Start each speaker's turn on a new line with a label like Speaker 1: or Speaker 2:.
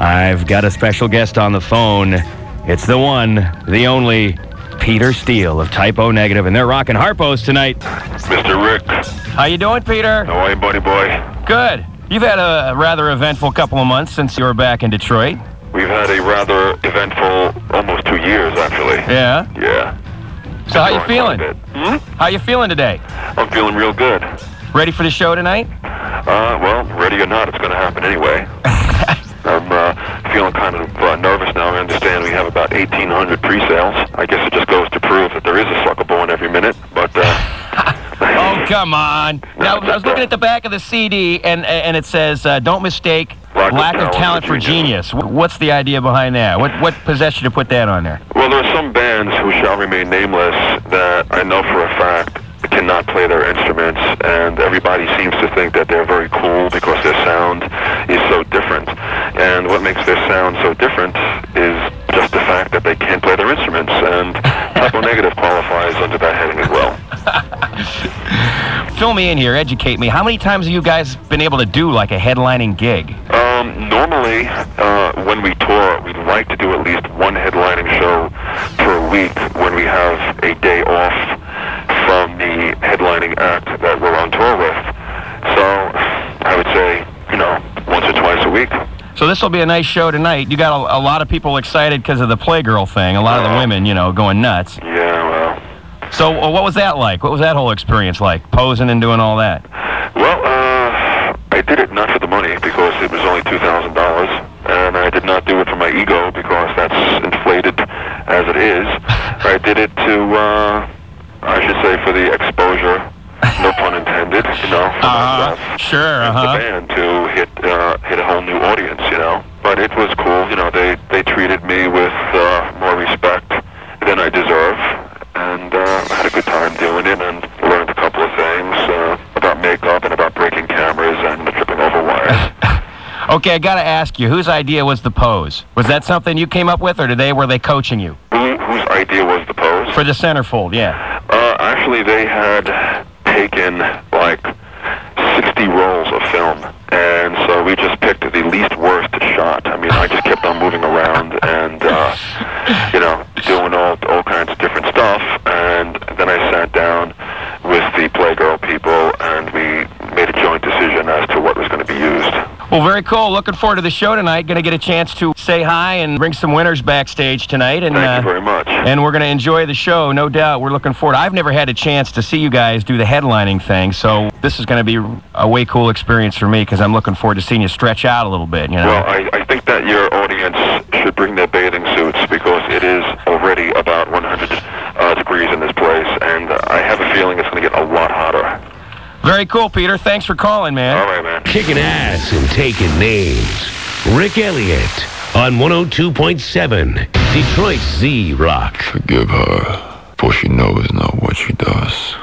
Speaker 1: I've got a special guest on the phone. It's the one, the only, Peter Steele of Typo Negative, and they're rocking harpos tonight.
Speaker 2: Mr. Rick.
Speaker 1: How you doing, Peter?
Speaker 2: How are you, buddy boy?
Speaker 1: Good. You've had a rather eventful couple of months since you were back in Detroit.
Speaker 2: We've had a rather eventful almost two years, actually.
Speaker 1: Yeah.
Speaker 2: Yeah.
Speaker 1: So how you
Speaker 2: Enjoying
Speaker 1: feeling?
Speaker 2: quite a bit. Hmm?
Speaker 1: How you feeling today?
Speaker 2: I'm feeling real good.
Speaker 1: Ready for the show tonight?
Speaker 2: Uh, well, ready or not, it's going to happen anyway. I'm uh, feeling kind of uh, nervous now. I understand we have about 1,800 pre-sales. I guess it just goes to prove that there is a sucker born every minute. But uh,
Speaker 1: Oh, come on. Now, I was looking at the back of the CD, and and it says, uh, "Don't mistake lack, of talent for genius." Wh- What's the idea behind that? What what possessed you to put that on there?
Speaker 2: well, there are some bands who shall remain nameless that I know for a fact cannot play their instruments, and everybody seems to think that they're very cool because their sound is so different. And what makes their sound so different is just the fact that they can't play their instruments, and Typo Negative qualifies under that heading as well.
Speaker 1: Fill me in here, educate me. How many times have you guys been able to do like a headlining gig?
Speaker 2: Um, normally, uh, when we tour, we like to do at least one headlining show per week when we have a day off from the headlining act that we're on tour with. So, I would say, you know, once or twice a week.
Speaker 1: So this will be a nice show tonight. You got a, a lot of people excited because of the Playgirl thing. A lot of the women, you know, going nuts.
Speaker 2: Yeah, well.
Speaker 1: So uh, what was that like? What was that whole experience like? Posing and doing all that.
Speaker 2: Well, uh, I did it not for the money because it was only two thousand dollars, and I did not do it for my ego because that's inflated as it is. I did it to, uh, I should say, for the exposure. No pun intended. You know, for
Speaker 1: Uh
Speaker 2: myself
Speaker 1: huh. Sure. Uh
Speaker 2: and the
Speaker 1: huh.
Speaker 2: band to hit uh, hit a whole new audience. You know, but it was cool. You know, they they treated me with uh, more respect than I deserve, and uh, I had a good time doing it and learned a couple of things uh, about makeup and about breaking cameras and tripping over wires.
Speaker 1: Okay, I gotta ask you, whose idea was the pose? Was that something you came up with, or today were they coaching you
Speaker 2: Who, whose idea was the pose?
Speaker 1: for the centerfold? Yeah.
Speaker 2: Uh, actually, they had taken like 60 rolls of film, and so we just picked the least worst shot. I mean, I just kept on moving around and, uh, you know, doing all, all kinds of different stuff, and then I sat down with the Playgirl people, and we made a joint decision as to what was going to be used.
Speaker 1: Well, very cool. Looking forward to the show tonight. Gonna get a chance to say hi and bring some winners backstage tonight, and
Speaker 2: Thank you
Speaker 1: uh,
Speaker 2: very much.
Speaker 1: and we're gonna enjoy the show, no doubt. We're looking forward. I've never had a chance to see you guys do the headlining thing, so this is gonna be a way cool experience for me because I'm looking forward to seeing you stretch out a little bit. You know.
Speaker 2: Well, I, I think that your audience should bring their bathing suits because it is already about 100 uh, degrees in this place, and I have a feeling it's going to get a lot hotter.
Speaker 1: very cool, Peter. Thanks for calling, man.
Speaker 2: All right, man.
Speaker 3: Kicking ass and taking names. Rick Elliott on 102.7 Detroit Z Rock.
Speaker 4: Forgive her, for she knows not what she does.